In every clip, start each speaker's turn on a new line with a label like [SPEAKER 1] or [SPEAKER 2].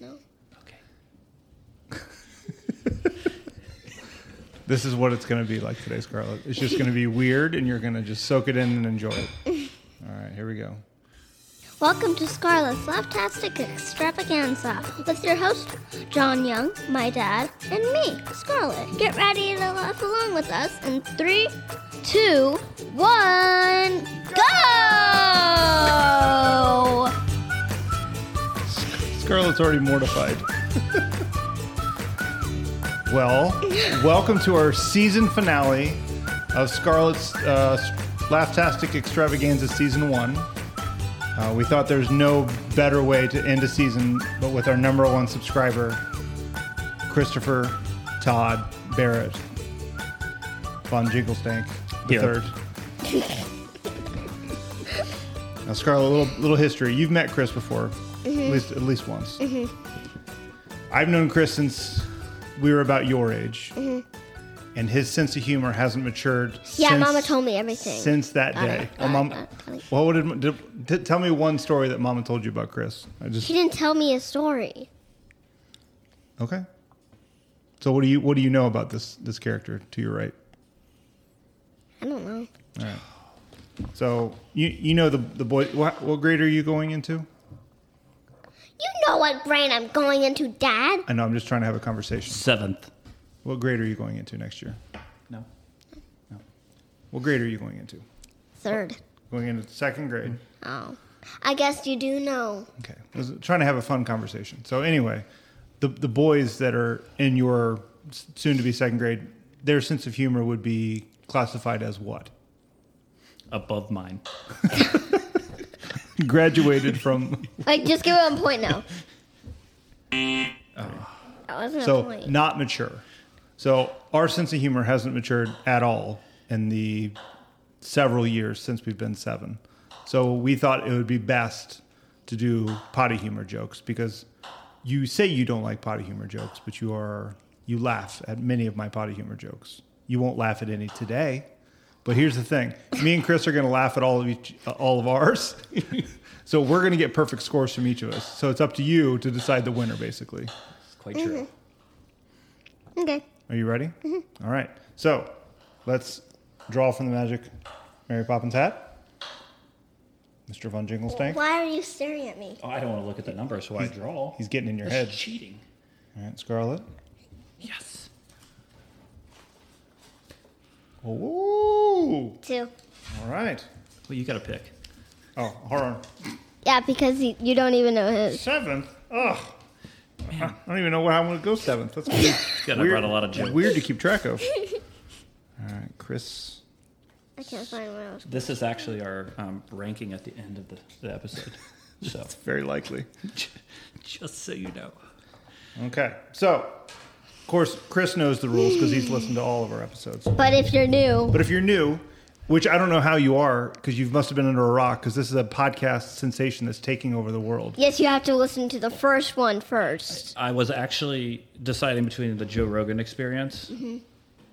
[SPEAKER 1] No.
[SPEAKER 2] Okay.
[SPEAKER 3] This is what it's going to be like today, Scarlett. It's just going to be weird, and you're going to just soak it in and enjoy it. All right, here we go.
[SPEAKER 1] Welcome to Scarlet's Laptastic Extravaganza with your host, John Young, my dad, and me, Scarlet. Get ready to laugh along with us in three, two, one, go!
[SPEAKER 3] Scarlett's already mortified. well, welcome to our season finale of Scarlett's uh, Laughtastic Extravaganza Season 1. Uh, we thought there's no better way to end a season but with our number one subscriber, Christopher Todd Barrett von Jinglestank the
[SPEAKER 2] Here.
[SPEAKER 3] third. now, Scarlett, a little little history. You've met Chris before, at least at least once. I've known Chris since we were about your age, and his sense of humor hasn't matured.
[SPEAKER 1] Yeah,
[SPEAKER 3] since,
[SPEAKER 1] Mama told me everything.
[SPEAKER 3] since that
[SPEAKER 1] I
[SPEAKER 3] day.
[SPEAKER 1] don't-
[SPEAKER 3] Well,
[SPEAKER 1] I
[SPEAKER 3] mom,
[SPEAKER 1] don't-
[SPEAKER 3] what did, did, t- tell me one story that Mama told you about Chris? I just
[SPEAKER 1] She didn't tell me a story.
[SPEAKER 3] okay. So what do you what do you know about this this character to your right?
[SPEAKER 1] I don't know.
[SPEAKER 3] So you you know the the boy. What, what grade are you going into?
[SPEAKER 1] You know what brain I'm going into, Dad.
[SPEAKER 3] I know I'm just trying to have a conversation.
[SPEAKER 2] Seventh.
[SPEAKER 3] What grade are you going into next year?
[SPEAKER 2] No.
[SPEAKER 3] What grade are you going into?
[SPEAKER 1] Third.
[SPEAKER 3] Going into second grade.
[SPEAKER 1] Oh. I guess you do know.
[SPEAKER 3] Okay. I was trying to have a fun conversation. So anyway, the the boys that are in your s- soon to be second grade, their sense of humor would be classified as what?
[SPEAKER 2] Above mine.
[SPEAKER 3] Graduated from
[SPEAKER 1] Like, just give it one point now. That wasn't a
[SPEAKER 3] Oh. so
[SPEAKER 1] point.
[SPEAKER 3] not mature. So our sense of humor hasn't matured at all in the several years since we've been seven. So we thought it would be best to do potty humor jokes because you say you don't like potty humor jokes, but you are you laugh at many of my potty humor jokes. You won't laugh at any today. But here's the thing: me and Chris are going to laugh at all of each, all of ours. so we're going to get perfect scores from each of us. So it's up to you to decide the winner, basically.
[SPEAKER 2] It's quite true.
[SPEAKER 1] Okay.
[SPEAKER 3] Are you ready?
[SPEAKER 2] Mm-hmm.
[SPEAKER 3] All right. So let's draw from the magic Mary Poppins hat. Mr. Von Jinglestank.
[SPEAKER 1] Why are you staring at me?
[SPEAKER 2] Oh, I don't want to look at the number, so I draw.
[SPEAKER 3] He's getting in your
[SPEAKER 2] That's
[SPEAKER 3] head.
[SPEAKER 2] cheating.
[SPEAKER 3] All right, Scarlet.
[SPEAKER 2] Yes.
[SPEAKER 3] Ooh.
[SPEAKER 1] Two.
[SPEAKER 3] All right.
[SPEAKER 2] Well, you got to pick.
[SPEAKER 3] Oh, hold on.
[SPEAKER 1] Yeah, because you, you don't even know his.
[SPEAKER 3] Seventh? Ugh. I don't even know where I want to go seventh. That's weird.
[SPEAKER 2] Yeah, I
[SPEAKER 3] Weird-
[SPEAKER 2] brought a lot of jokes.
[SPEAKER 3] Weird to keep track of. All right, Chris.
[SPEAKER 1] I can't find where I was.
[SPEAKER 2] This is actually our um, ranking at the end of the, the episode. So,
[SPEAKER 3] Very likely.
[SPEAKER 2] just so you know.
[SPEAKER 3] Okay. So, of course, Chris knows the rules because he's listened to all of our episodes.
[SPEAKER 1] But if you're new,
[SPEAKER 3] But if you're new, which I don't know how you are, because you must have been under a rock, because this is a podcast sensation that's taking over the world.
[SPEAKER 1] yes, you have to listen to the first one first.
[SPEAKER 2] I was actually deciding between the Joe Rogan experience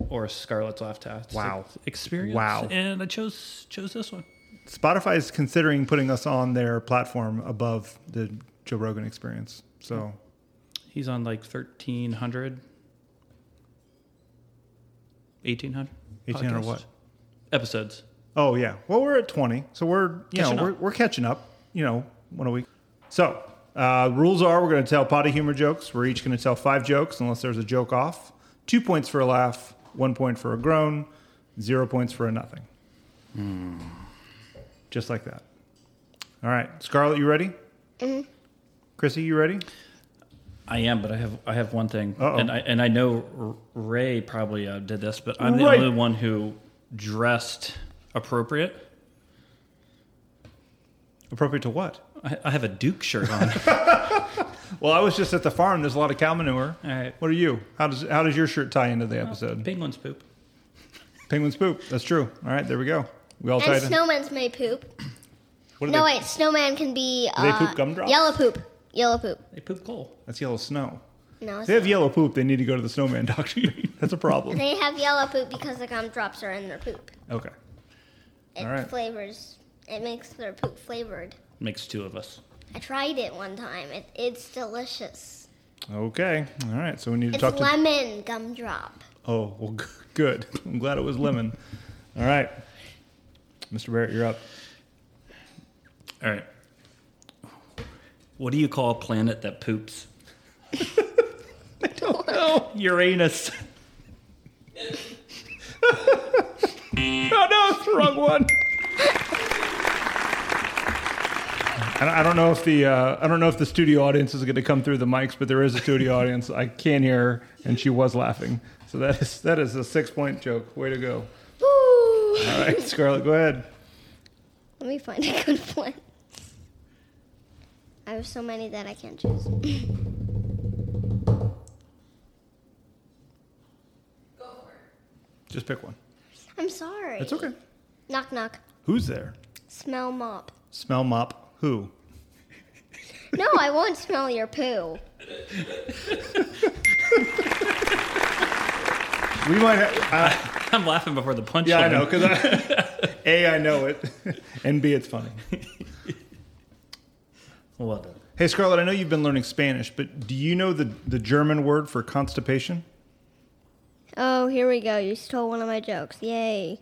[SPEAKER 2] or Scarlett's Laugh Test.
[SPEAKER 3] Wow.
[SPEAKER 2] Experience.
[SPEAKER 3] Wow.
[SPEAKER 2] And I chose chose this one.
[SPEAKER 3] Spotify is considering putting us on their platform above the Joe Rogan experience. So
[SPEAKER 2] He's on like 1300, 1800.
[SPEAKER 3] 1800
[SPEAKER 2] podcasts?
[SPEAKER 3] what?
[SPEAKER 2] Episodes.
[SPEAKER 3] Oh yeah. Well, we're at twenty, so we're you
[SPEAKER 2] Catching
[SPEAKER 3] know
[SPEAKER 2] up.
[SPEAKER 3] we're, we're catching up. You know, one a week. So uh, rules are: we're going to tell potty humor jokes. We're each going to tell five jokes, unless there's a joke off. Two points for a laugh, one point for a groan, zero points for a nothing.
[SPEAKER 2] Hmm.
[SPEAKER 3] Just like that. All right, Scarlett, you ready? Chrissy, you ready?
[SPEAKER 2] I am, but I have I have one thing,
[SPEAKER 3] Uh-oh.
[SPEAKER 2] and I and I know R- Ray probably uh, did this, but I'm the
[SPEAKER 3] Ray.
[SPEAKER 2] only one who dressed appropriate.
[SPEAKER 3] Appropriate to what?
[SPEAKER 2] I, I have a Duke shirt on.
[SPEAKER 3] Well, I was just at the farm. There's a lot of cow manure.
[SPEAKER 2] All right,
[SPEAKER 3] What are you? How does how does your shirt tie into the episode?
[SPEAKER 2] penguins poop.
[SPEAKER 3] Penguins poop. That's true. All right, there we go. We all
[SPEAKER 1] And
[SPEAKER 3] tied in.
[SPEAKER 1] snowmen's may poop.
[SPEAKER 3] What do
[SPEAKER 1] No,
[SPEAKER 3] they-
[SPEAKER 1] wait, snowman can be.
[SPEAKER 3] they
[SPEAKER 1] Uh,
[SPEAKER 3] poop gumdrops?
[SPEAKER 1] Yellow poop. Yellow poop.
[SPEAKER 2] They poop coal.
[SPEAKER 3] That's yellow snow.
[SPEAKER 1] No,
[SPEAKER 3] If
[SPEAKER 1] it's
[SPEAKER 3] they have
[SPEAKER 1] not.
[SPEAKER 3] yellow poop, they need to go to the snowman doctor. That's a problem.
[SPEAKER 1] They have yellow poop because the gumdrops are in their poop.
[SPEAKER 3] Okay.
[SPEAKER 1] It
[SPEAKER 3] All right.
[SPEAKER 1] flavors. It makes their poop flavored.
[SPEAKER 2] Makes two of us.
[SPEAKER 1] I tried it one time. It, it's delicious.
[SPEAKER 3] Okay. All right. So we need to
[SPEAKER 1] It's
[SPEAKER 3] talk to.
[SPEAKER 1] lemon gumdrop.
[SPEAKER 3] Oh, well, g- good. I'm glad it was lemon. All right. Mr. Barrett, you're up.
[SPEAKER 2] All right. What do you call a planet that poops? I don't know. Uranus.
[SPEAKER 3] Oh, no, it's the wrong one. And I don't know if the uh, I don't know if the studio audience is going to come through the mics, but there is a studio audience. I can hear, her, and she was laughing. So that is that is a six point joke. Way to go!
[SPEAKER 1] Ooh.
[SPEAKER 3] All right, Scarlett, go ahead.
[SPEAKER 1] Let me find a good one. I have so many that I can't choose.
[SPEAKER 3] Just pick one.
[SPEAKER 1] I'm sorry.
[SPEAKER 3] It's okay.
[SPEAKER 1] Knock knock.
[SPEAKER 3] Who's there?
[SPEAKER 1] Smell mop.
[SPEAKER 3] Smell mop. Who?
[SPEAKER 1] No, I won't smell your poo.
[SPEAKER 3] We might. Have, uh,
[SPEAKER 2] I'm laughing before the punchline.
[SPEAKER 3] yeah, I know because I, a I know it, and b it's funny.
[SPEAKER 2] Well done.
[SPEAKER 3] Hey, Scarlett, I know you've been learning Spanish, but do you know the, the German word for constipation?
[SPEAKER 1] Oh, here we go. You stole one of my jokes. Yay.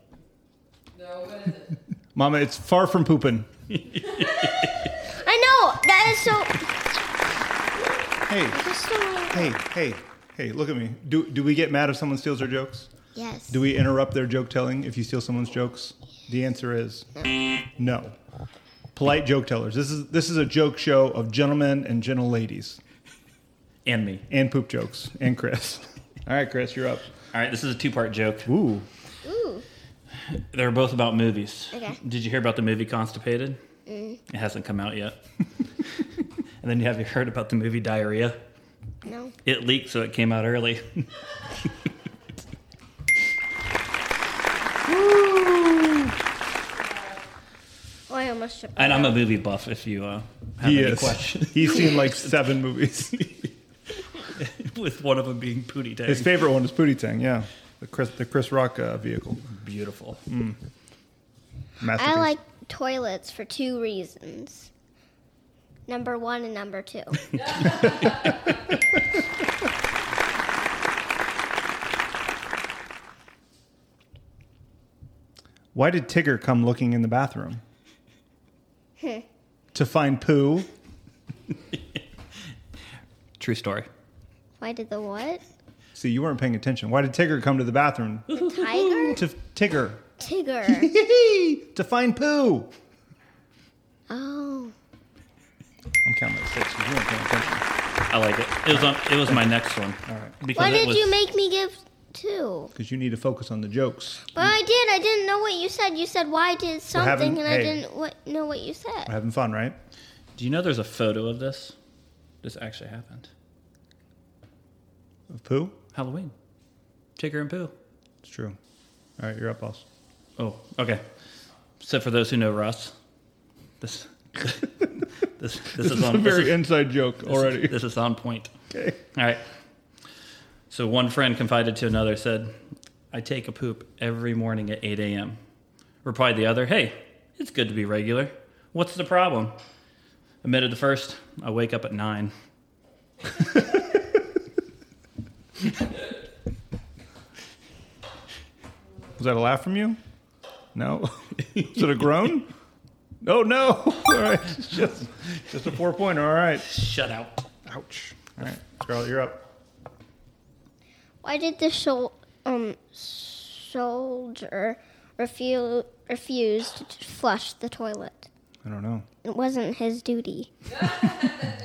[SPEAKER 4] No, what is it?
[SPEAKER 3] Mama, it's far from pooping.
[SPEAKER 1] I know. That is so.
[SPEAKER 3] Hey,
[SPEAKER 1] Just so.
[SPEAKER 3] hey, hey, hey, look at me. Do, do we get mad if someone steals our jokes?
[SPEAKER 1] Yes.
[SPEAKER 3] Do we interrupt their joke telling if you steal someone's jokes? The answer is no. Polite joke tellers. This is this is a joke show of gentlemen and gentle ladies
[SPEAKER 2] And me.
[SPEAKER 3] and poop jokes and Chris. All right, Chris, you're up.
[SPEAKER 2] All right, this is a two part joke.
[SPEAKER 3] Ooh.
[SPEAKER 1] Ooh.
[SPEAKER 2] They're both about movies.
[SPEAKER 1] Okay. Mm.
[SPEAKER 2] Did you hear about the movie Constipated? It hasn't come out yet. and then you have you heard about the movie Diarrhea?
[SPEAKER 1] No.
[SPEAKER 2] It leaked, so it came out early.
[SPEAKER 1] Oh, I almost shook.
[SPEAKER 2] and I'm a movie buff. If you uh, have
[SPEAKER 3] He
[SPEAKER 2] any
[SPEAKER 3] is.
[SPEAKER 2] questions,
[SPEAKER 3] He's seen like seven movies.
[SPEAKER 2] with one of them being Pootie Tang.
[SPEAKER 3] His favorite one is Pootie Tang, yeah. The Chris the Chris Rock uh, vehicle.
[SPEAKER 2] beautiful.
[SPEAKER 1] I
[SPEAKER 3] Masterpiece.
[SPEAKER 1] like toilets for two reasons. Number one and number two.
[SPEAKER 3] Why did Tigger come looking in the bathroom? to find poo.
[SPEAKER 2] True story.
[SPEAKER 1] Why did the what?
[SPEAKER 3] See, you weren't paying attention. Why did Tigger come to the bathroom?
[SPEAKER 1] Tiger?
[SPEAKER 3] to Tigger.
[SPEAKER 1] Tigger.
[SPEAKER 3] to find poo.
[SPEAKER 1] Oh.
[SPEAKER 3] I'm counting at six. 'cause You weren't paying attention.
[SPEAKER 2] I like it. It was on, it was my next one. All
[SPEAKER 3] right.
[SPEAKER 2] Because
[SPEAKER 1] Why
[SPEAKER 2] it
[SPEAKER 1] did
[SPEAKER 2] was-
[SPEAKER 1] you make me give two?
[SPEAKER 3] Because you need to focus on the jokes.
[SPEAKER 1] But I did. I didn't know what you said. You said why did something,
[SPEAKER 3] having-
[SPEAKER 1] and I
[SPEAKER 3] hey.
[SPEAKER 1] didn't what, know what you
[SPEAKER 3] We're
[SPEAKER 1] said.
[SPEAKER 3] having fun, right?
[SPEAKER 2] Do you know there's a photo of this? This actually happened.
[SPEAKER 3] Of poo?
[SPEAKER 2] Halloween. Tigger and Pooh.
[SPEAKER 3] It's true. All right, you're up, boss.
[SPEAKER 2] Oh, okay. So for those who know Russ, this this this,
[SPEAKER 3] This,
[SPEAKER 2] is
[SPEAKER 3] is,
[SPEAKER 2] on
[SPEAKER 3] a very
[SPEAKER 2] this is-
[SPEAKER 3] inside joke
[SPEAKER 2] this is-
[SPEAKER 3] already.
[SPEAKER 2] This is on point.
[SPEAKER 3] okay.
[SPEAKER 2] All right. So one friend confided to another, said, "I take a poop every morning at 8 a.m." Replied the other, "Hey, it's good to be regular. What's the problem?" Admitted the first, "I wake up at nine.
[SPEAKER 3] Was that a laugh from you? No. Is it a groan? Oh no! All right, it's just just a four pointer. All right.
[SPEAKER 2] Shut out."
[SPEAKER 3] Ouch. All right, Scarlett, you're up.
[SPEAKER 1] Why did the shol- um soldier refu- refuse to t- flush the toilet?
[SPEAKER 3] I don't know.
[SPEAKER 1] It wasn't his duty.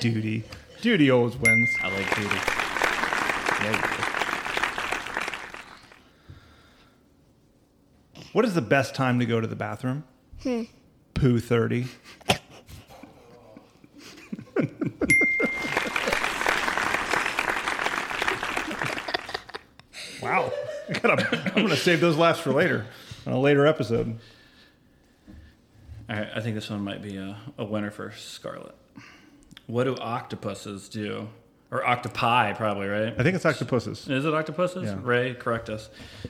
[SPEAKER 3] Duty. Duty always wins.
[SPEAKER 2] I like Judy.
[SPEAKER 3] What is the best time to go to the bathroom? Poo thirty. wow. I gotta, I'm gonna save those laughs for later on a later episode.
[SPEAKER 2] All right, I think this one might be a, a winner for Scarlet. What do octopuses do? Or octopi, probably, right?
[SPEAKER 3] I think it's octopuses.
[SPEAKER 2] Is it octopuses?
[SPEAKER 3] Yeah.
[SPEAKER 2] Ray, correct us.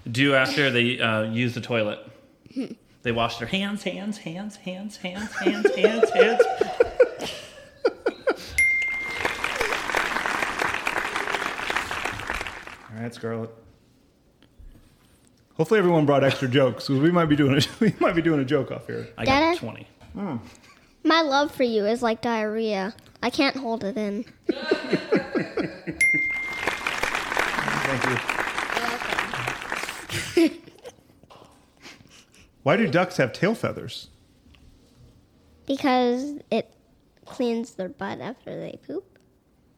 [SPEAKER 2] Do after they uh, use the toilet. They wash their hands, hands, hands, hands, hands, hands, hands, hands.
[SPEAKER 3] right, Scarlett. Hopefully, everyone brought extra jokes because we might be doing a, we might be doing a joke off here.
[SPEAKER 2] I got
[SPEAKER 1] Dada?
[SPEAKER 2] 20.
[SPEAKER 3] Hmm.
[SPEAKER 1] My love for you is like diarrhea. I can't hold it in.
[SPEAKER 3] Thank you. Why do ducks have tail feathers?
[SPEAKER 1] Because it cleans their butt after they poop.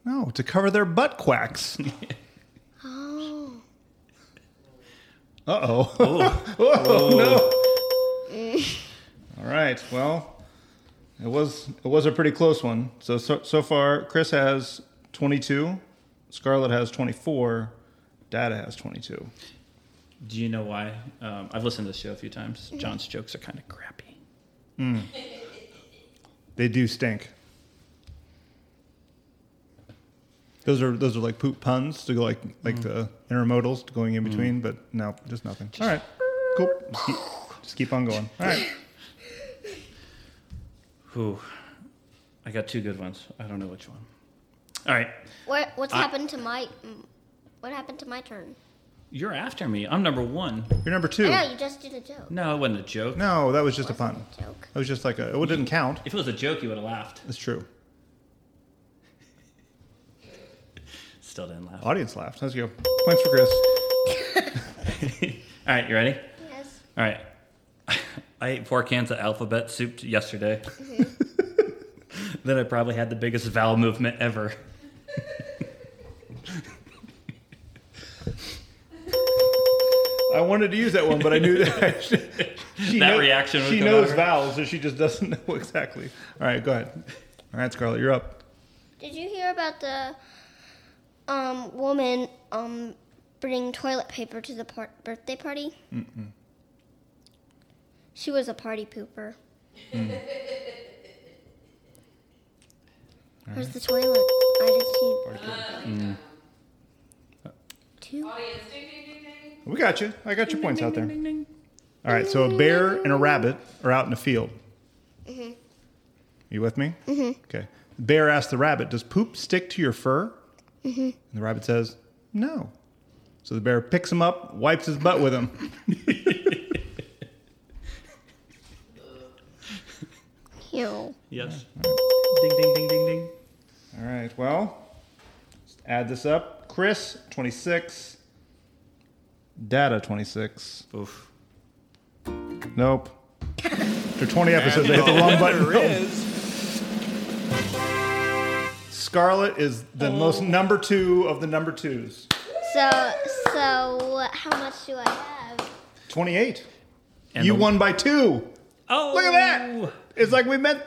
[SPEAKER 3] No, to cover their butt quacks.
[SPEAKER 1] Oh.
[SPEAKER 3] Uh oh. Oh
[SPEAKER 2] Oh,
[SPEAKER 3] no. All right. Well, it was it was a pretty close one. So so, so far, Chris has twenty two, Scarlett has twenty four, Dada has twenty two.
[SPEAKER 2] do you know why? Um, I've listened to this show a few times. John's jokes are kind of crappy.
[SPEAKER 3] They do stink. Those are those are like poop puns to go like
[SPEAKER 2] Mm.
[SPEAKER 3] like the intermodals going in between, but no, just nothing. All right, cool. Just keep, just keep on going. All right,
[SPEAKER 2] Whew. I got two good ones. I don't know which one. All right.
[SPEAKER 1] What, what's
[SPEAKER 2] I-
[SPEAKER 1] happened to my. What happened to my turn?
[SPEAKER 2] You're after me. I'm number one.
[SPEAKER 3] you're number two.
[SPEAKER 1] I know, you just did a joke.
[SPEAKER 2] No, it wasn't a joke.
[SPEAKER 3] No, that was just a pun.
[SPEAKER 1] Wasn't a joke.
[SPEAKER 3] That was just like a. It didn't count.
[SPEAKER 2] If it was a joke, you would have laughed.
[SPEAKER 3] It's true.
[SPEAKER 2] Still didn't laugh. All
[SPEAKER 3] Audience laughed. Let's go. Points for Chris.
[SPEAKER 2] right, you ready?
[SPEAKER 1] Yes.
[SPEAKER 2] All right. I ate four cans of alphabet soup yesterday. then I probably had the biggest vowel movement ever.
[SPEAKER 3] I wanted to use that one, but I knew that she, she
[SPEAKER 2] That
[SPEAKER 3] kno-
[SPEAKER 2] reaction was
[SPEAKER 3] She
[SPEAKER 2] coming
[SPEAKER 3] knows
[SPEAKER 2] out of her.
[SPEAKER 3] vowels, so she just doesn't know exactly. All right, go ahead. All right, Scarlett, you're up.
[SPEAKER 1] Did you hear about the um, woman um, bringing toilet paper to the par- birthday party? Mm-mm. She was a party pooper. Where's the toilet? I didn't see. Two.
[SPEAKER 4] Audience, ding, Oh, ding, ding, ding.
[SPEAKER 3] We got you. I got your points out there. All right, so a bear and a rabbit are out in a field. You with me? Mm-hmm. Okay. The bear asks the rabbit, "Does poop stick to your fur?" Mm-hmm. And the rabbit says, "No." So the bear picks him up, wipes his butt with him.
[SPEAKER 1] Ew.
[SPEAKER 2] Yes. Ding, ding, ding, ding, ding.
[SPEAKER 3] All right. Well, just add this up. Chris, 26. Data, 26.
[SPEAKER 2] Oof.
[SPEAKER 3] Nope. After 20 episodes, they hit the wrong button.
[SPEAKER 5] There is.
[SPEAKER 3] Scarlet is the most
[SPEAKER 1] Oh.
[SPEAKER 3] number two of the number twos.
[SPEAKER 1] So, so how much do I have?
[SPEAKER 3] 28.
[SPEAKER 2] And
[SPEAKER 3] you
[SPEAKER 2] the-
[SPEAKER 3] won by two.
[SPEAKER 2] Oh,
[SPEAKER 3] Look at that. It's like we meant,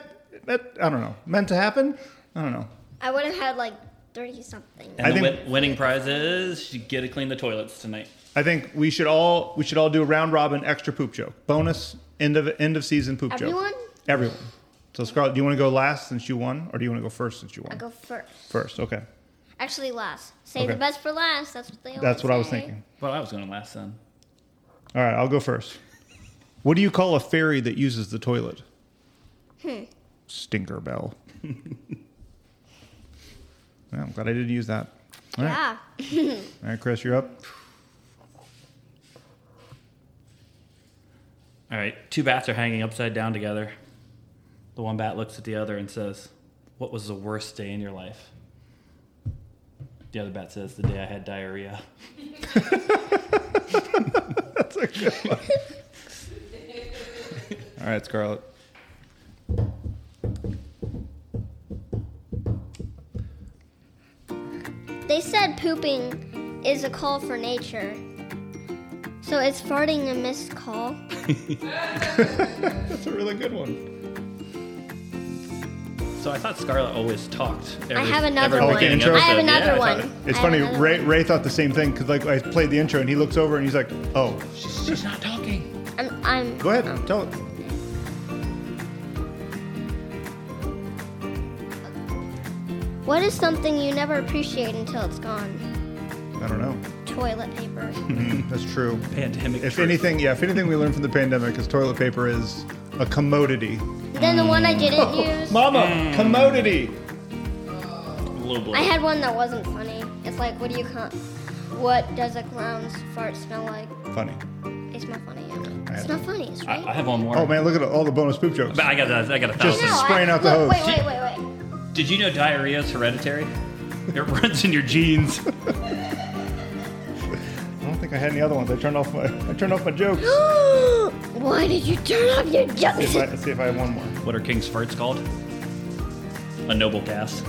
[SPEAKER 3] meant, I don't know, meant to happen? I don't know.
[SPEAKER 1] I would have had like thirty something.
[SPEAKER 2] And
[SPEAKER 3] I
[SPEAKER 2] the
[SPEAKER 3] think-
[SPEAKER 2] win- winning prize is you get to clean the toilets tonight.
[SPEAKER 3] I think we should all we should all do a round robin extra poop joke. Bonus end of end of season poop joke.
[SPEAKER 1] Everyone,
[SPEAKER 3] Everyone. So Scarlett, do you want to go last since you won, or do you want to go first since you won?
[SPEAKER 1] I go first.
[SPEAKER 3] first. Okay,
[SPEAKER 1] Actually, last. Save
[SPEAKER 3] Okay.
[SPEAKER 1] the best for last. That's what they. always
[SPEAKER 3] that's what I was
[SPEAKER 1] say.
[SPEAKER 3] thinking.
[SPEAKER 2] Well, I was going to last then.
[SPEAKER 3] All right, I'll go first. What do you call a fairy that uses the toilet? Hmm. Stinker bell. Well, I'm glad I didn't use that. All right,
[SPEAKER 1] Yeah.
[SPEAKER 3] all right, Chris, you're up.
[SPEAKER 2] All right, two bats are hanging upside down together. The one bat looks at the other and says, What was the worst day in your life? The other bat says, The day I had diarrhea.
[SPEAKER 3] All right, Scarlett.
[SPEAKER 1] They said pooping is a call for nature. So is farting a missed call?
[SPEAKER 3] That's a really good one.
[SPEAKER 2] So I thought Scarlet always talked. Every,
[SPEAKER 1] I have another
[SPEAKER 2] every
[SPEAKER 1] one.
[SPEAKER 3] Like an
[SPEAKER 2] beginning
[SPEAKER 3] intro?
[SPEAKER 1] I have
[SPEAKER 2] episode.
[SPEAKER 1] another
[SPEAKER 2] Yeah, I thought
[SPEAKER 1] one.
[SPEAKER 2] it-
[SPEAKER 3] It's
[SPEAKER 1] I have
[SPEAKER 3] funny.
[SPEAKER 1] another
[SPEAKER 3] Ray,
[SPEAKER 1] one.
[SPEAKER 3] Ray thought the same thing because like I played the intro and he looks over and he's like, "Oh,
[SPEAKER 2] She's not talking.
[SPEAKER 1] I'm, I'm
[SPEAKER 3] go ahead, tell it."
[SPEAKER 1] What is something you never appreciate until it's gone?
[SPEAKER 3] I don't know.
[SPEAKER 1] Toilet paper.
[SPEAKER 3] That's true.
[SPEAKER 2] Pandemic.
[SPEAKER 3] If
[SPEAKER 2] truth.
[SPEAKER 3] anything, yeah, if anything we learned from the pandemic is toilet paper is a commodity.
[SPEAKER 1] then the one I didn't use.
[SPEAKER 3] Mama, commodity.
[SPEAKER 2] Low blow.
[SPEAKER 1] I had one that wasn't funny. It's like, what do you call? What does a clown's fart smell like?
[SPEAKER 3] Funny.
[SPEAKER 1] It's not funny.
[SPEAKER 3] I
[SPEAKER 1] Yeah. It's
[SPEAKER 3] had
[SPEAKER 1] not funny, it's right.
[SPEAKER 2] I, I have one more.
[SPEAKER 3] Oh man, look at all the bonus poop jokes.
[SPEAKER 2] But I got that. I got a
[SPEAKER 1] no,
[SPEAKER 2] thousand.
[SPEAKER 3] Just- spraying
[SPEAKER 1] I,
[SPEAKER 3] out the
[SPEAKER 1] look,
[SPEAKER 3] hose.
[SPEAKER 1] Wait, wait, wait, wait.
[SPEAKER 2] Did you know diarrhea is hereditary? it runs in your genes.
[SPEAKER 3] I don't think I had any other ones. I turned off my I turned off my jokes.
[SPEAKER 1] Why did you turn off your
[SPEAKER 3] See if
[SPEAKER 1] junk?
[SPEAKER 3] I, let's see if I have one more.
[SPEAKER 2] What are king's farts called? A noble gas.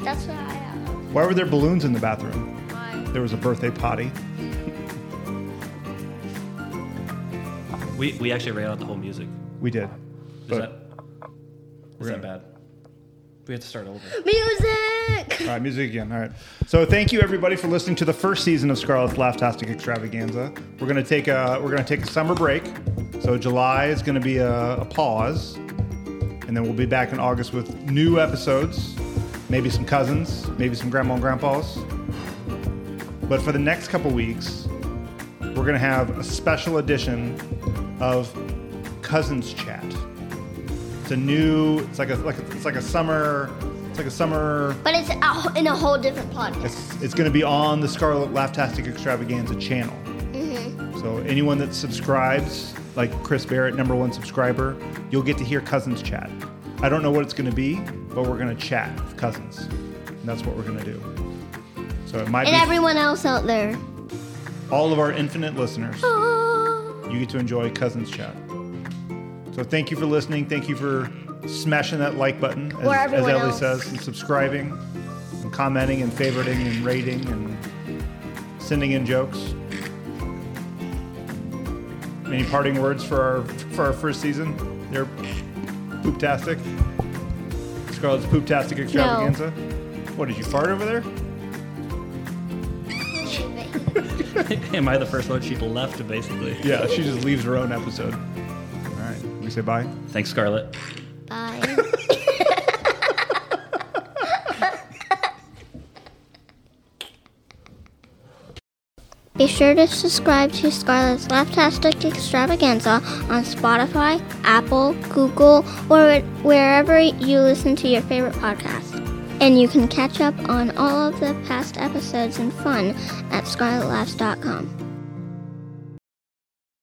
[SPEAKER 1] That's what I have.
[SPEAKER 3] Why were there balloons in the bathroom?
[SPEAKER 1] Why?
[SPEAKER 3] There was a birthday potty.
[SPEAKER 2] We, we actually ran out the whole music.
[SPEAKER 3] We did.
[SPEAKER 2] Is
[SPEAKER 3] But-
[SPEAKER 2] that is
[SPEAKER 3] Right.
[SPEAKER 2] that bad? We have to start over.
[SPEAKER 1] Music!
[SPEAKER 3] All right, music again. All right. So thank you everybody for listening to the first season of Scarlet's Laughtastic Extravaganza. We're gonna take a we're gonna take a summer break. So July is gonna be a, a pause, and then we'll be back in August with new episodes, maybe some cousins, maybe some grandma and grandpas. But for the next couple weeks, we're gonna have a special edition of Cousins Chat. It's a new. It's like a like a, it's like a summer. It's like a summer
[SPEAKER 1] But it's out in a whole different podcast.
[SPEAKER 3] it's, it's going to be on the Scarlet Laughtastic Extravaganza channel. So anyone that subscribes, like Chris Barrett, number one subscriber, you'll get to hear cousins chat. I don't know what it's going to be, but we're going to chat with cousins, and that's what we're going to do. So it might
[SPEAKER 1] And
[SPEAKER 3] be
[SPEAKER 1] everyone else out there.
[SPEAKER 3] all of our infinite listeners.
[SPEAKER 1] Oh.
[SPEAKER 3] You get to enjoy cousins chat. So thank you for listening. Thank you for smashing that like button, as,
[SPEAKER 1] Or
[SPEAKER 3] as
[SPEAKER 1] everyone
[SPEAKER 3] Ellie
[SPEAKER 1] else.
[SPEAKER 3] says, and subscribing, and commenting, and favoriting, and rating, and sending in jokes. Any parting words for our for our first season? They're pooptastic. Scarlett's pooptastic extravaganza. What did you fart over there?
[SPEAKER 2] Am I the first one she left, basically?
[SPEAKER 3] Yeah, she just leaves her own episode. All right, we say bye.
[SPEAKER 2] Thanks, Scarlett.
[SPEAKER 1] Bye. Be sure to subscribe to Scarlett's Laughtastic Extravaganza on Spotify, Apple, Google, or wherever you listen to your favorite podcast. And you can catch up on all of the past episodes and fun at scarlettlaughs.com.